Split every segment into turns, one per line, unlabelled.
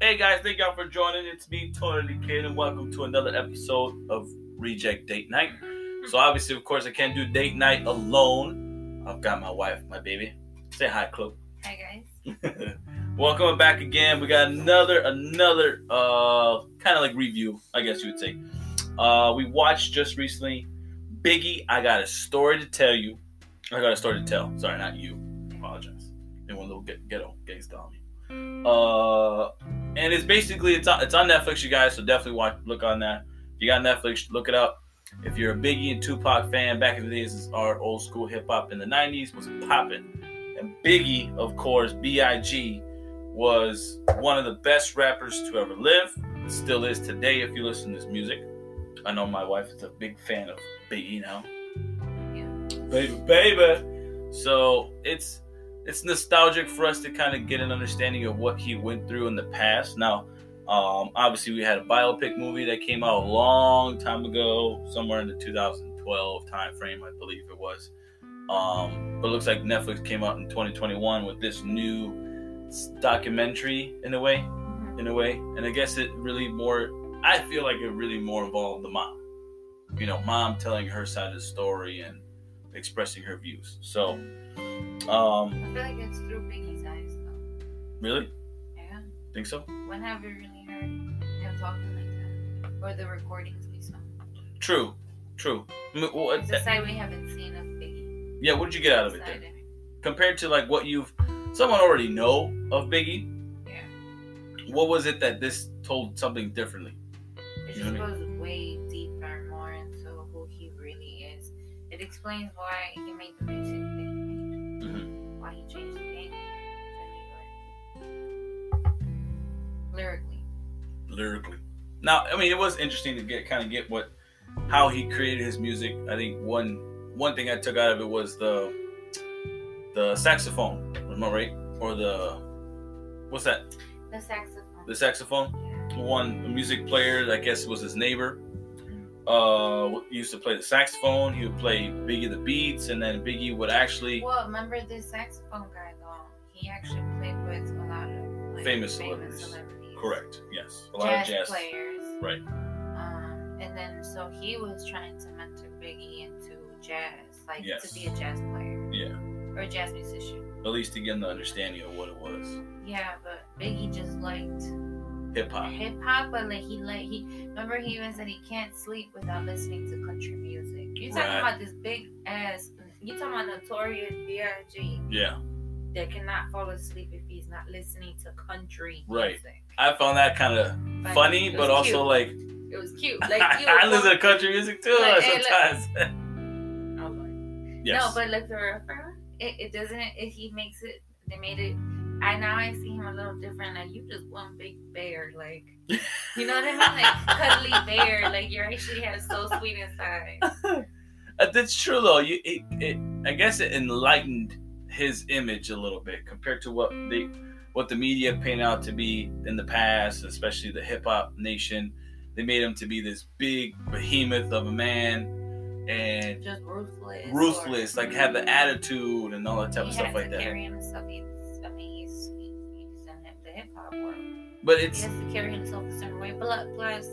Hey guys, thank y'all for joining. It's me, Tony the Kid, and welcome to another episode of Reject Date Night. So obviously, of course, I can't do date night alone. I've got my wife, my baby. Say hi, Chloe.
Hi guys.
Welcome back again. We got another another uh kind of like review, I guess you would say. Uh we watched just recently Biggie, I got a story to tell you. I got a story to tell. Sorry, not you. Apologize. Didn't want a little get, ghetto gangsta on me. Uh and it's basically it's on, it's on Netflix, you guys, so definitely watch look on that. If you got Netflix, look it up. If you're a Biggie and Tupac fan, back in the days, this is our old school hip hop in the 90s was popping. And Biggie, of course, B.I.G., was one of the best rappers to ever live. Still is today if you listen to his music. I know my wife is a big fan of Biggie now. Baby, baby. So it's it's nostalgic for us to kind of get an understanding of what he went through in the past. Now, um, obviously, we had a biopic movie that came out a long time ago, somewhere in the 2012 timeframe, I believe it was. Um, but it looks like Netflix came out in 2021 with this new s- documentary, in a way, in a way. And I guess it really more, I feel like it really more involved the mom. You know, mom telling her side of the story and expressing her views. So,
I
um,
feel like it's through Biggie's eyes though.
really?
Yeah.
Think so?
When have we really heard him talking like that? Or the recordings we saw?
True, true. I mean, well, uh,
It's a side we haven't seen of Biggie.
yeah, what did you get out of it then?
Side
compared to like what you've someone already know of Biggie.
Yeah.
What was it that this told something differently?
It
You know
just
what I
goes way deeper, more into who he really is. It explains why he made the music that he made,
Mm-hmm.
why he changed the name to New York. Lyrically.
Lyrically. Now, I mean, it was interesting to get kind of get what how he created his music. I think one one thing I took out of it was the the saxophone, am I right? Or the what's that?
The saxophone.
The saxophone.
Yeah.
one music player, I guess was his neighbor. Uh, he used to play the saxophone. He would play Biggie the beats, and then Biggie would actually
Well, remember this saxophone guy though? He actually played with a lot of like,
Famous
famous,
celebrities.
celebrities.
correct. Yes, a
A
lot
jazz,
of jazz.
players.
Right.
Um, and then so he was trying to mentor Biggie into jazz, like
Yes.
to be a jazz player.
Yeah.
Or a jazz musician.
At least to get an understanding of what it was.
Yeah, but Biggie just liked
Hip hop.
hip hop, but like he like he remember he even said he can't sleep without listening to country music. You talking
Right.
about this big ass? You talking about notorious B.I.G.
Yeah,
that cannot fall asleep if he's not listening to country
Right.
music.
I found that kind of
Like,
funny,
it was
but also
cute.
like,
it was cute. Like you,
I listen to country music too
Like, hey, look.
sometimes.
Oh, Lord.
yes.
No, but like the rapper, it, it doesn't. It, he makes it. They made it. I now I see him a little different. Like you just one big bear. Like you know what I mean? Like cuddly bear. Like you actually have so sweet inside.
Uh, That's true though. You, it, it, I guess it enlightened his image a little bit compared to what they, what the media painted out to be in the past, especially the hip hop nation. They made him to be this big behemoth of a man and
Just ruthless.
ruthless, like had the attitude and all that type
he
of stuff
has
like
to
that.
Carry himself. He's, I mean, he's, he's in the hip hop world.
But
he
it's
has to carry himself a certain way. But plus,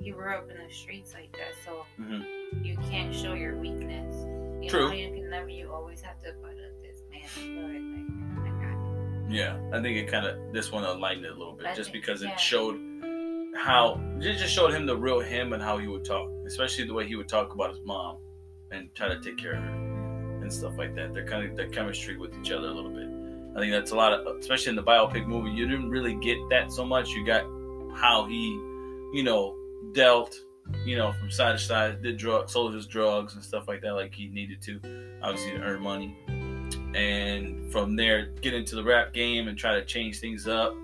you grew up in the streets like that, so
Mhm.
you can't show your weakness. You
True.
Know, you can never. You always have to put up this man's good. Like, I got it.
yeah, I think it kind of this one enlightened it a little bit,
I
just
think-
because it
yeah.
showed how it just showed him the real him and how he would talk, especially the way he would talk about his mom and try to take care of her. and stuff like that. They're kind of their chemistry with each other a little bit. I think that's a lot of, especially in the biopic movie, you didn't really get that so much. You got how he, you know, dealt, you know, from side to side, did drug, sold his drugs and stuff like that, like he needed to, obviously to earn money, and from there get into the rap game and try to change things up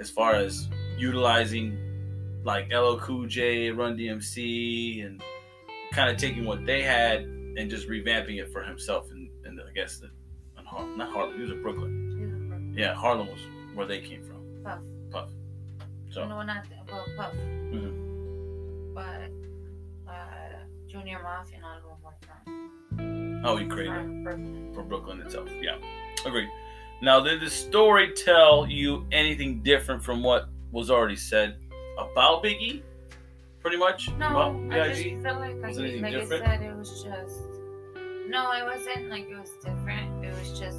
as far as utilizing like LL Cool J, Run DMC, and kind of taking what they had and just revamping it for himself. And, and I guess the, in Har- not Harlem, he was in Brooklyn.
He's a pro-
Yeah, Harlem was where they came from.
Puff.
Puff. So
No, not that. Well, Puff.
Mm-hmm.
But uh, Junior Moth and all of them were from,
how oh, he created
from Brooklyn.
it for Brooklyn itself. Yeah, agreed. Now did the story tell you anything different from what was already said about Biggie, pretty much. about
No, I just
B.I.G.
felt like, like,
Was it anything
like I
different?
said, it was just. No, it wasn't like it was different. It was just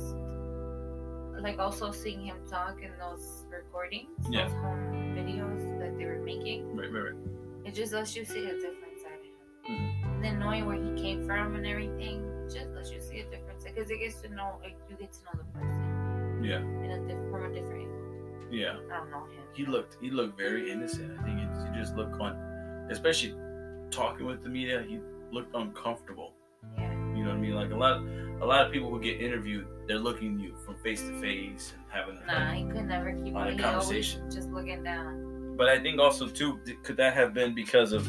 like also seeing him talk in those recordings,
Yeah.
those home videos that they were making.
Right, right, right.
It just lets you see a different side of him.
Mm-hmm.
Then knowing where he came from and everything just lets you see a different side because it gets to know like you get to know the person
Yeah,
in a diff- from a different. angle.
yeah.
I don't know him.
he looked he looked very innocent. I think he, he just looked on, especially talking with the media. He looked uncomfortable.
Yeah.
You know what I mean? Like a lot a lot of people who get interviewed, they're looking you from face to face and having. a
Nah, he could never keep
On a
he always
conversation.
Just looking down.
But I think also too, th- could that have been because of,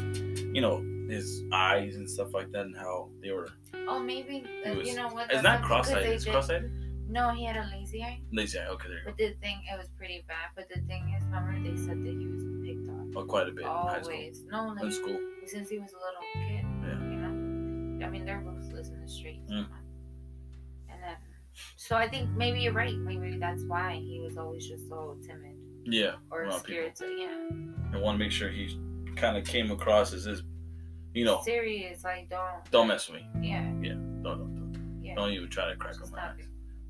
you know, his eyes and stuff like that, and how they were?
Oh, maybe uh,
It was-
you know what?
It's
that's
not
because
cross-eyed.
they
It's
did-
cross-eyed.
No, he had a lazy eye.
Lazy eye. Okay, there you
But the thing, it was pretty bad. But the thing is, remember they said that he was picked on
go. Oh, quite a bit. In
always.
high school.
No,
In
like
school.
since he was a little kid,
Yeah.
you know. I mean, they're ruthless in the streets.
Mm.
And then, so I think maybe you're right. Maybe that's why he was always just so timid
Yeah.
or
Around
scared. To, yeah,
I want to make sure he kind of came across as this, you know,
serious. Like don't
don't mess with me.
Yeah,
Don't, don't, don't.
yeah.
Don't even try to crack
Just
on my
stop
eyes.
it.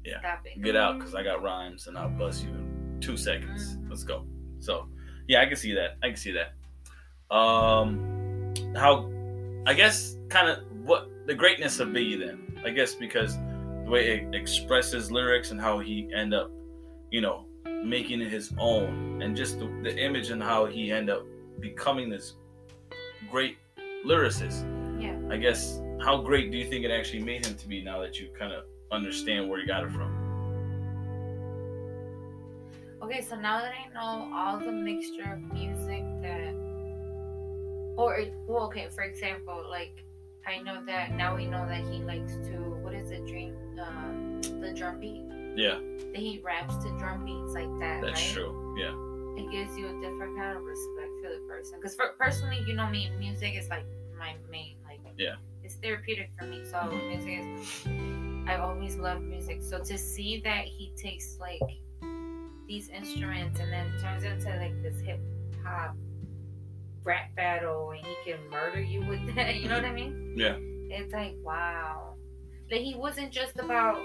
Yeah.
Stop it.
Get out, cause I got rhymes, and I'll bust you in two seconds.
Mhm.
Let's go. So, yeah, I can see that. I can see that. Um, how, I guess, kind of what the greatness of Biggie then. I guess because the way it expresses lyrics and how he end up, you know, making it his own, and just the, the image and how he end up becoming this great lyricist.
Yeah.
I guess how great do you think it actually made him to be now that you kind of understand where he got it from?
Okay, so now that I know all the mixture of music that, or well, okay, for example, like I know that now we know that he likes to what is it, dream, uh, the drum beat.
Yeah,
That he raps to drum beats like that.
that's
right?
true. Yeah,
It gives you a different kind of respect for the person. Because for personally, you know me, music is like my main like.
Yeah.
It's therapeutic for me, so
Mhm.
music is. I always loved music, so to see that he takes like these instruments and then turns into like this hip hop rap battle, and he can murder you with that. You know what I mean?
Yeah.
It's like wow, like he wasn't just about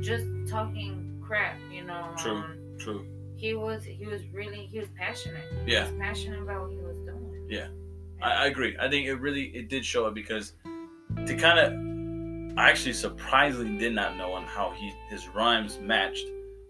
just talking crap, you know.
True.
um,
true.
he was he was really he was passionate.
Yeah.
He was passionate about what he was doing.
Yeah. I, I agree. I think it really it did show it because to kind of I actually surprisingly did not know on how he his rhymes matched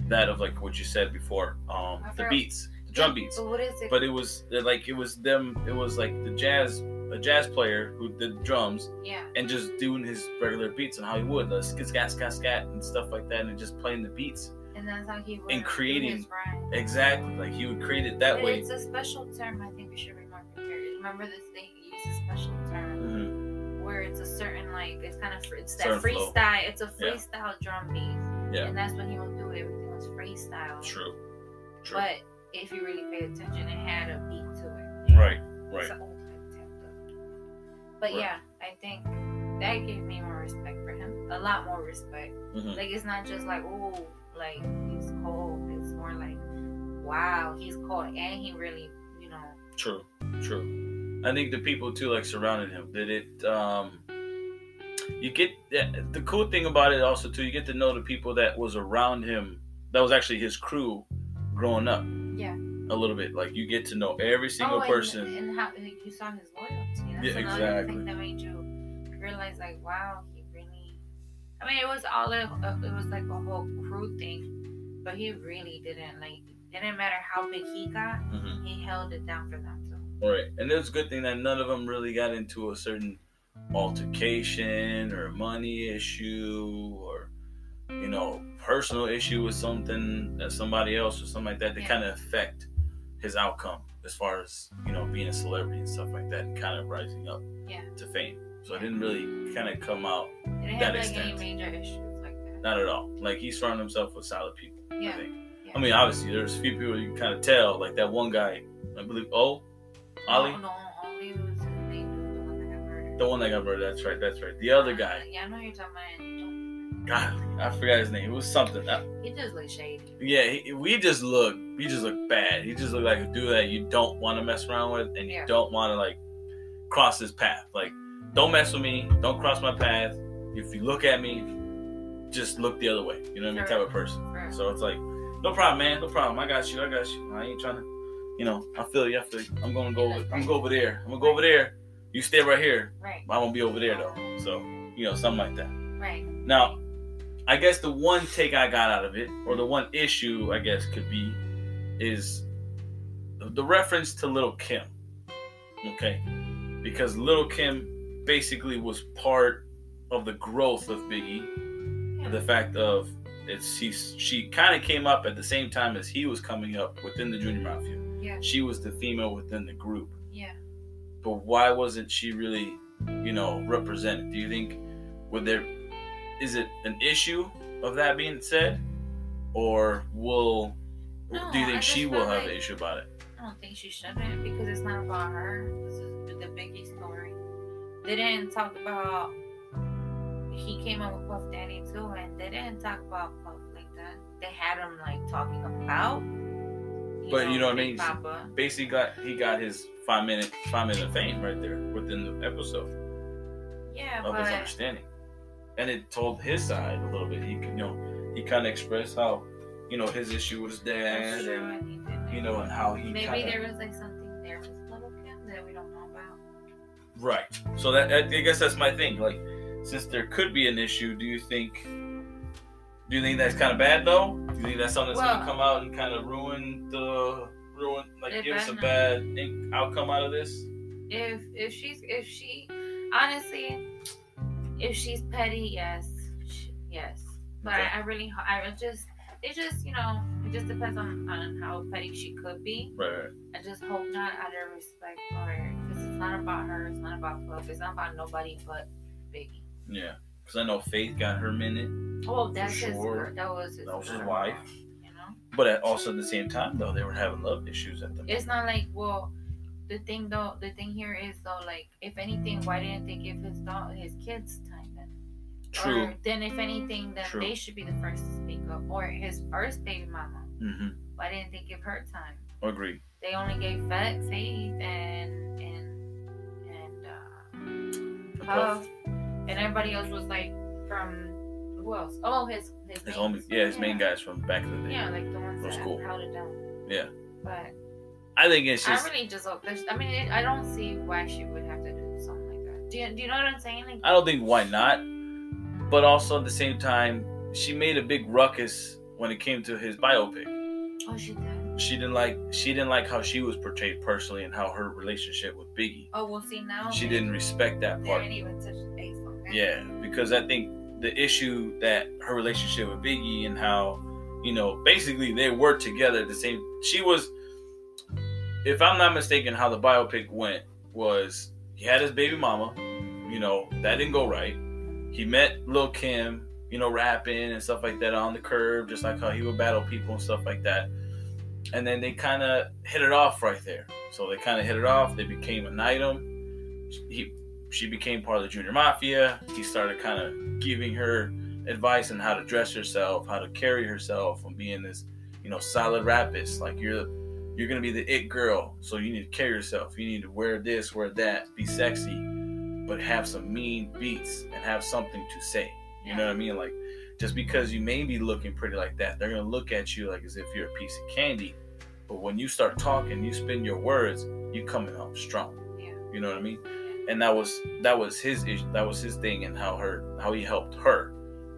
that of like what you said before, um
I
the
forgot-
beats, the drum beats.
So what is it?
But it was uh, like it was them. It was like the jazz a jazz player who did drums
yeah.
and just doing his regular beats and how he would the skit scat scat scat and stuff like that and just playing the beats
And that's how he would
And
do
creating
his rhyme.
exactly like he would create it that
But
way.
It's a special term I think we should remember here. Remember this thing you use a special term
Mhm.
where it's a certain like it's kind of fr- it's that
Certain flow.
freestyle. It's a
Yeah.
freestyle drum beat.
Yeah.
And that's what he would do. Everything was freestyle.
True, true.
But if you really pay attention, it had a beat to it.
right, right.
So- oh, I tapped up. But
Right.
yeah, I think that gave me more respect for him. A lot more respect.
Mhm.
Like it's not just like, oh, like he's cold. It's more like, wow, he's cold and he really, you know,
True, true. I think the people too like surrounded him. Did it? Um, you get uh, the, the cool thing about it also too. You get to know the people that was around him. That was actually his crew growing up.
Yeah.
A little bit like you get to know every single
oh, and-
person.
And, how like, you saw his loyalty. That's
Yeah,
another
exactly.
thing that made you realize, like, wow, he really. I mean, it was all a, a- it was like a whole crew thing, but he really didn't like. It didn't matter how big he got,
Mhm.
he held it down for them too.
Right, and it was a good thing that none of them really got into a certain altercation or money issue or you know personal issue with something that somebody else or something like that. They
Yeah.
kind of affect his outcome as far as you know being a celebrity and stuff like that, and kind of rising up
Yeah.
to fame. So it didn't really kind of come out
They didn't
that
have like
extent.
any major issues like that.
not at all. Like he surrounded himself with solid people. I
Yeah.
think.
yeah.
I mean, obviously there's a few people you kind of tell. Like that one guy, I believe, oh, Ali.
No, no, Ollie was the name of the one that got murdered.
The one that got murdered. That's right. That's right. The other
Uh,
guy.
Yeah, I know who you're talking about. and don't-
God, I forgot his name. It was something. I-
He just looks shady.
yeah, he, we just look. We just look bad. He just looked like a dude that you don't want to mess around with, and you
Yeah.
don't want to like cross his path. Like, don't mess with me. Don't cross my path. If you look at me, just look the other way. You know what I mean? Type of person.
Right.
So it's like, no problem, man. No problem. I got you. I got you. I ain't trying to, you know. I feel you. I feel you. I'm gonna go. I'm gonna go over there. I'm gonna go over there. You stay right here.
right.
I won't be over there though. So you know, something like that.
Right.
Now, I guess the one take I got out of it, or the one issue I guess could be, is the reference to Little Kim. Okay, because Little Kim basically was part of the growth of Biggie
Yeah.
the fact of it's she she kind of came up at the same time as he was coming up within the junior mafia.
Yeah.
She was the female within the group,
Yeah.
but why wasn't she really, you know, represented? Do you think would there is it an issue of that being said, or will
No,
do you
I
think she
just
will
feel
have
like-
an issue about it?
I don't think she shouldn't because it's not about her. This is the Biggie story. They didn't talk about he came out with Puff Daddy too, and they didn't talk about Puff like that. They had him like talking about.
But you know what I
Big
mean?
Papa.
Basically, got he got his five minute five minute of fame right there within the episode.
Yeah,
of his
but
understanding. And it told his side a little bit. He could, you know, he kind of expressed how, you know, his issue with his
I'm
dad,
sure
and,
I need to
you know, and how he
maybe
kinda-
there was like something there with Little Kim that we don't know about.
right. So that I I guess that's my thing. Like, since there could be an issue, do you think? Do you think that's kind of bad though? Do you think that's something that's gonna
Well-
come out and kind of ruin the ruin, like
It
give us a bad
better
in- outcome out of this?
If if she's if she honestly if she's petty, yes, Sh yes. But
Okay.
I, I really ho- I would just it just you know it just depends on on how petty she could be.
Right. right.
I just hope not out of respect for her because it's not about her. It's not about Puff. It's not about nobody but Biggie.
Yeah. Because I know Faith got her minute.
Oh, that's his.
sure.
That was his.
That was his
girl,
wife.
You know,
But at, also at the same time, though, they were having love issues at the
it's not like well. The thing though, the thing here is though, like if anything, why didn't they give his dog his kids time then?
True.
Or then, if anything, then
True.
they should be the first to speak up. Or his first baby mama.
hmm
Why didn't they give her time?
Agree.
They only gave Fa- Faith and and and uh, Puff, and everybody else was like from who else? Oh, his his,
His
main-
homie, yeah, his main guys from back in the day.
Yeah, like the ones
That's
that
cool.
held it down.
Yeah.
but
I think it's just,
I really just hope. there's- I mean, it, I don't see why she would have to do something like that. Do you do you know what I'm saying? Like,
I don't think why not, but also at the same time, she made a big ruckus when it came to his biopic.
oh, she did.
She didn't like, she didn't like how she was portrayed personally and how her relationship with Biggie.
Oh, we'll see now.
She didn't respect that
They
part.
didn't even touch the face on that.
Yeah, because I think the issue that her relationship with Biggie and how, you know, basically they were together at the same. She was, if I'm not mistaken, how the biopic went was he had his baby mama, you know, that didn't go right. He met Lil Kim, you know, rapping and stuff like that on the curb, just like how he would battle people and stuff like that. And then they kind of hit it off right there. So they kind of hit it off. They became an item. He she became part of the junior mafia. He started kind of giving her advice on how to dress herself, how to carry herself, and being this, you know, solid rapist. Like you're, you're gonna be the it girl, so you need to carry yourself. You need to wear this, wear that, be sexy, but have some mean beats and have something to say. You know what I mean? Like, just because you may be looking pretty like that, they're gonna look at you like as if you're a piece of candy. But when you start talking, you spin your words, you coming off strong.
Yeah.
You know what I mean? And that was that was his issue. That was his thing, and how her how he helped her.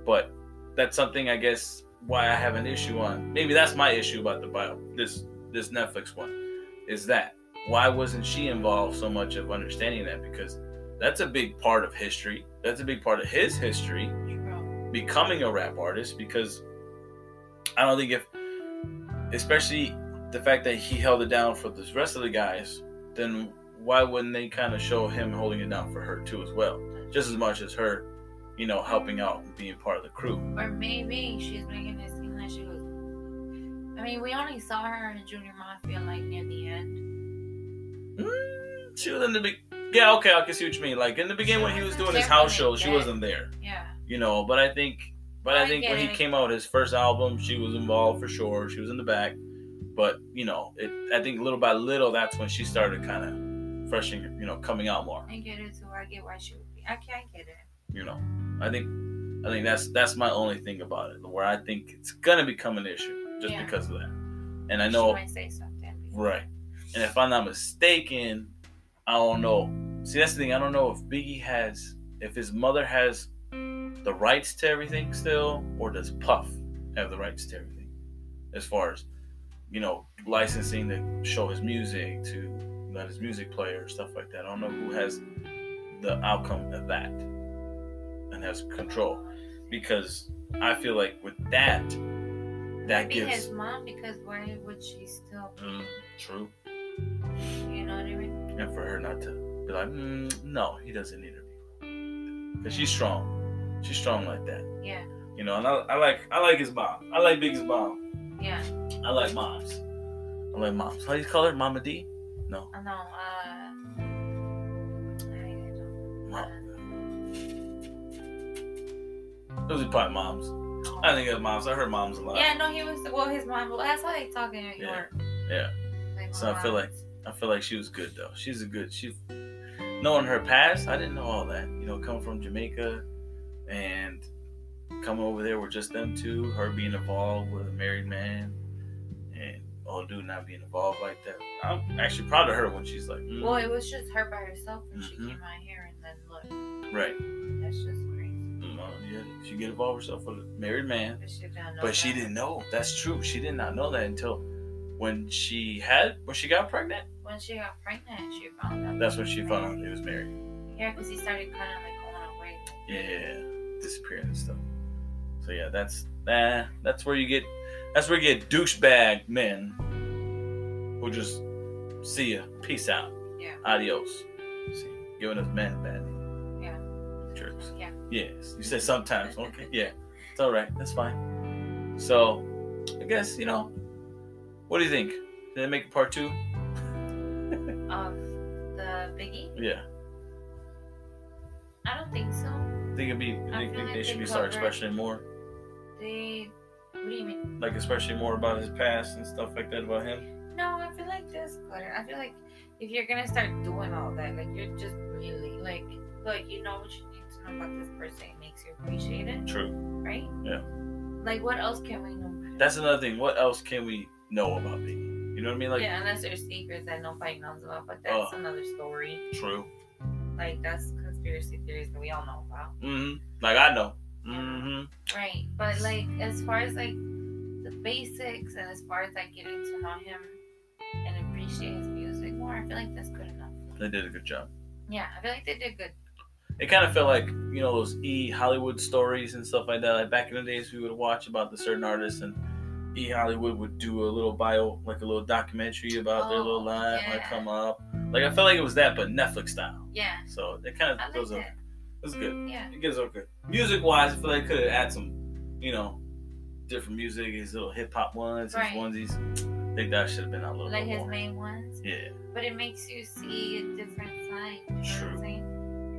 But that's something I guess why I have an issue on. Maybe that's my issue about the bio this this Netflix one is that why wasn't she involved so much of understanding that because that's a big part of history. That's a big part of his history
True.
becoming a rap artist because I don't think if, especially the fact that he held it down for the rest of the guys, then why wouldn't they kind of show him holding it down for her too as well, just as much as her, you know, helping out and being part of the crew.
Or maybe she's making it seem like she was. I mean, we only saw her in Junior Mafia like near the end.
Mm, she was in the big, yeah, okay, I can see what you mean. Like in the beginning when he was doing his house show, she wasn't there,
Yeah.
you know. But I think But
Oh,
I
I
think
get
when he
it.
came out with his first album, she was involved for sure. She was in the back, but you know, it, I think little by little, that's when she started kind of freshing, you know, coming out more.
I get it too. I get why she would be. I can't get it.
You know, I think, I think that's that's my only thing about it, where I think it's gonna become an issue just
Yeah.
because of that. And I
She
know,
might say something.
right? And if I'm not mistaken, I don't know. See, that's the thing. I don't know if Biggie has, if his mother has the rights to everything still, or does Puff have the rights to everything? As far as, you know, licensing to show his music, to let his music play, or stuff like that. I don't know who has the outcome of that and has control. Because I feel like with that, that
Maybe
gives.
his mom, because why would she still?
Mm, true.
You know what I mean?
and for her not to be like, mm, no, he doesn't need her. Cause she's strong. She's strong like that.
Yeah,
You know, and I, I like I like his mom. I like Biggie's mom.
yeah.
I like moms. I like moms. How do you call her? Mama D? No.
I know. Uh, I don't
Mom. Those are probably moms. I think it's moms. I heard moms a lot.
Yeah, no, he was. Well, his mom. Well, that's why they talk in New
Yeah.
York.
Yeah.
Like,
So I feel
wow.
like- I feel like she was good though. She's a good. She, knowing her past, I didn't know all that. You know, coming from Jamaica, and coming over there with just them two. Her being involved with a married man, and old dude not being involved like that. I'm actually proud of her when she's like, mm,
Well, it was just her by herself when she
Mhm.
came out here, and then look,
right,
that's just crazy.
mm, uh, yeah, she get involved herself with a married man,
But she didn't know
but she
that.
didn't know. That's true. She did not know that until when she had when she got pregnant.
When she got pregnant, she found out.
That's when she found out he was married.
Yeah, because he started kind of like going away.
yeah, disappearing and stuff. So yeah, that's nah, that's where you get that's where you get douchebag men who just see ya, peace out,
Yeah.
adios, see, giving us men a bad name.
Yeah.
jerks.
Yeah.
Yes, you said sometimes. Okay, yeah, it's all right. That's fine. So I guess you know. What do you think? Did they make part two?
Of Um, the Biggie?
Yeah,
I don't think so.
think it'd be.
I
Think,
feel
think
like
they should
they
be start
covered-
expressing more,
They. What do you mean?
like especially more about his past and stuff like that about him.
No, I feel like this clutter. I feel like if you're gonna start doing all that, like you're just really like, look, you know what you need to know about this person. It makes you appreciate it,
True.
right?
Yeah.
Like, what else can we know? about
That's another thing. What else can we know about Biggie? You know what I mean? Like,
yeah, unless there's secrets that nobody knows about, but that's
Oh.
another story.
true.
Like that's conspiracy theories that we all know about,
hmm Like I know. hmm
right? But like as far as like the basics and as far as like getting to know him and appreciate his music more, I feel like that's good enough.
They did a good job.
Yeah, I feel like they did good.
It kind of felt like you know those E Hollywood stories and stuff like that. Like back in the days, we would watch about the certain artists, and E Hollywood would do a little bio, like a little documentary about their
Oh,
little life, like
yeah.
come up. Like I felt like it was that, but Netflix style.
Yeah,
So it kind of
I
goes
liked
up.
it.
It's good.
Yeah,
It gives up good. Music wise, I feel like could have add some, you know, different music. His little hip hop ones,
Right.
his onesies. I think that should have been out a little
like
bit
his
more.
main ones,
Yeah,
but it makes you see a different side. You know what
True.
I'm saying?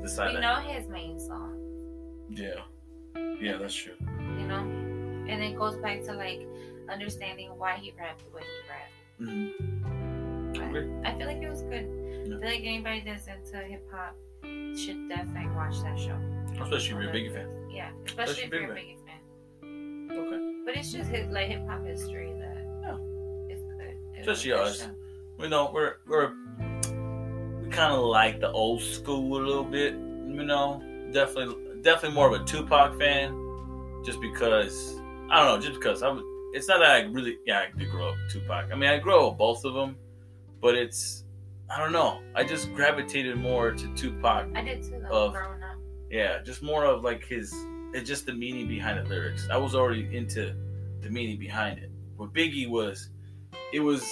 the side
We
that-
know his main song,
Yeah, yeah, that's true.
you know, and it goes back to like understanding why he rapped the way he rapped.
hmm Agree.
I feel like it was good.
Yeah.
I feel like anybody that's into hip hop should definitely watch that show.
Especially if you're a Biggie fan.
Yeah, especially if
big
you're a
man.
big fan.
Okay,
But it's just his, like hip hop history that is good. It was
Especially
a good
us.
show.
we know we're we're we kind of like the old school a little bit. You know, definitely definitely more of a Tupac fan, just because I don't know, just because I would. It's not that I really yeah I did grow up with Tupac. I mean I grew up with both of them, but it's I don't know. I just gravitated more to Tupac
I did too, though,
Of-
growing up.
Yeah, just more of like his, it's just the meaning behind the lyrics. I was already into the meaning behind it. What Biggie was, it was,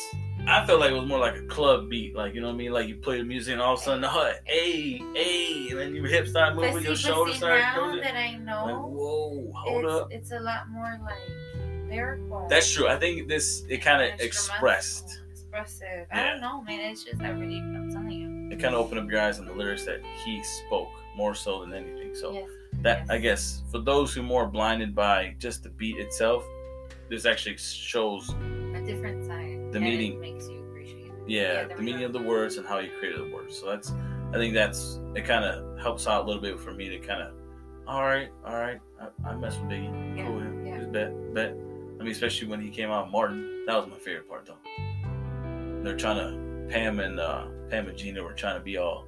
I felt like it was more like a club beat. Like, you know what I mean? Like you play the music and all of a sudden the hut, hey, hey, and then your hips start
But
moving,
see,
your
but
shoulders
see,
start
now
moving.
that I
Like,
know,
whoa, hold
it's,
up.
it's a lot more like lyrical.
That's true. I think this, it kind of
instrumental,
expressed,
Expressive. I
Yeah.
don't know, man. It's just, I really, I'm telling you.
it kind of opened up your eyes on the lyrics that he spoke more so than anything. So
yes.
that
Yes.
I guess for those who are more blinded by just the beat itself, this actually shows
a different side.
The
and
meaning.
it makes you appreciate it.
yeah,
there
the
we
meaning
go.
of the words and how you created the words. So that's I think that's it. Kind of helps out a little bit for me to kind of all right, all right. I, I mess with Biggie.
Yeah,
Cool, yeah.
yeah.
Just bet, bet. I mean, especially when he came out, Martin. That was my favorite part though. They're trying to Pam and uh, Pam and Gina were trying to be all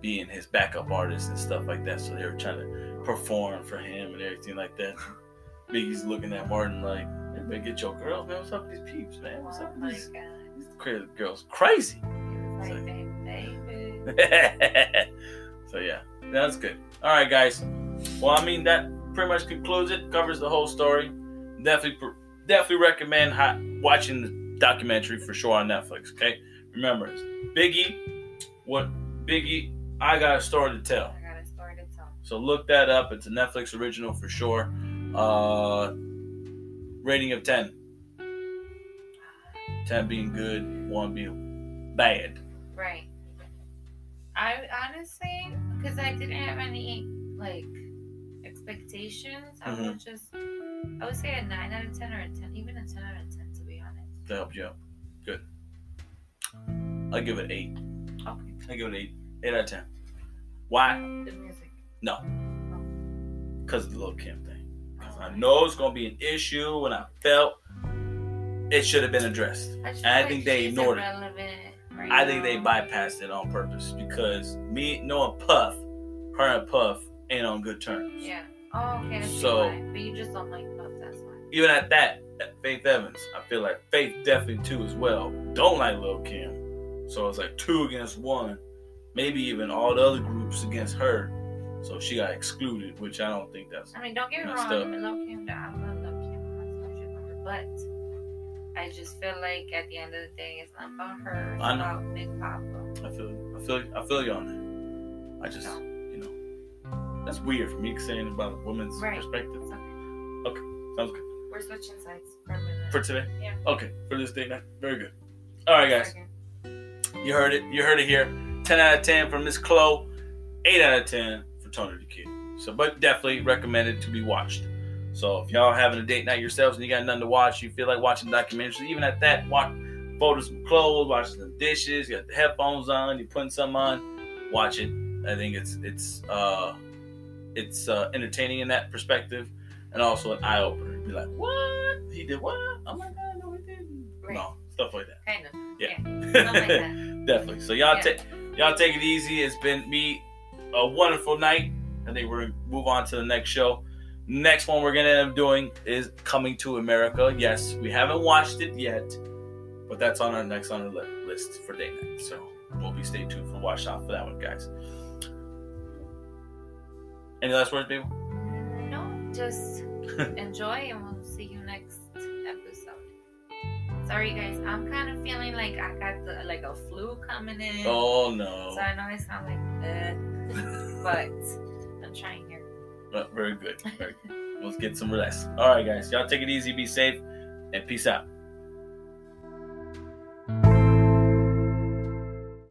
being his backup artists and stuff like that. So they were trying to perform for him and everything like that. Biggie's looking at Martin like, "Hey, man, get your girls, man. What's up with these peeps, man? What's
Oh
up with
my
these?"
god.
This crazy girl's crazy.
It's
So-
like, babe, baby.
so yeah, that's good. All right, guys. Well, I mean that pretty much concludes it. Covers the whole story. Definitely, definitely recommend hi- watching the documentary for sure on Netflix. Okay, remember it's Biggie. What Biggie? I got a story to tell.
I got a story to tell.
So look that up. It's a Netflix original for sure. Uh, rating of 10. 10 being good, 1 being bad.
Right. I honestly, because I didn't have any like expectations, I
Mm-hmm.
would just, I would say a nine out of ten or a ten, even a ten out of ten to be honest.
to help you out. Good. I give it eight.
Okay.
I give it eight. Eight out of ten. Why?
The music.
Because of the little Kim thing. Because I know it's gonna be an issue, and I felt it should have been addressed.
I, just
and I
feel
think
like
they
she's
ignored it.
irrelevant right
I think they
now.
bypassed it on purpose because me knowing Puff, her and Puff ain't on good terms.
Yeah. Oh, okay. I see
So-
why. but you just don't like love. That's why.
Even at that, at Faith Evans, I feel like Faith definitely too as well. Don't like Lil Kim, so it's like two against one. Maybe even all the other groups against her. So she got excluded, which I don't think that's
I mean, don't get me
Messed
wrong.
up.
I love Kim. I love Love Kim. That's my favorite member. But I just feel like at the end of the day, it's not about her. It's
I know.
about Big Papa.
I feel I feel I feel you on that. I just
No.
you know that's weird for me saying about a woman's
Right.
perspective.
It's okay.
Sounds good
We're switching sides for a minute.
for today.
Yeah.
Okay, for this day now. Very good. All right, guys, you heard it. You heard it here. Ten out of ten for Miss Chloe. Eight out of ten for Tony the Kid. So, but definitely recommended to be watched. So, if y'all having a date night yourselves and you got nothing to watch, you feel like watching documentaries, even at that, watch, folding some clothes, washing some dishes, you got the headphones on, you putting something on, watch it. I think it's it's uh it's uh entertaining in that perspective, and also an eye opener. Be like, what he did? What? Oh my god, no, he didn't.
Right.
No stuff like
Kind of.
Yeah.
Something
that.
like that.
Definitely. So y'all
Yeah.
take y'all take it easy. It's been me a wonderful night. I think we're gonna move on to the next show. Next one we're gonna end up doing is Coming to America. Yes, we haven't watched it yet, but that's on our next on our li- list for day night. So we'll be stay tuned for watch out for that one, guys. Any last words, people?
No, just enjoy and we'll see you next episode. Sorry, guys. I'm kind of feeling like I got the, like a flu coming in.
Oh no.
So I know I sound like uh, but I'm trying here.
Uh, Very good. Very good. Let's get some rest. All right, guys. Y'all take it easy. Be safe and peace out.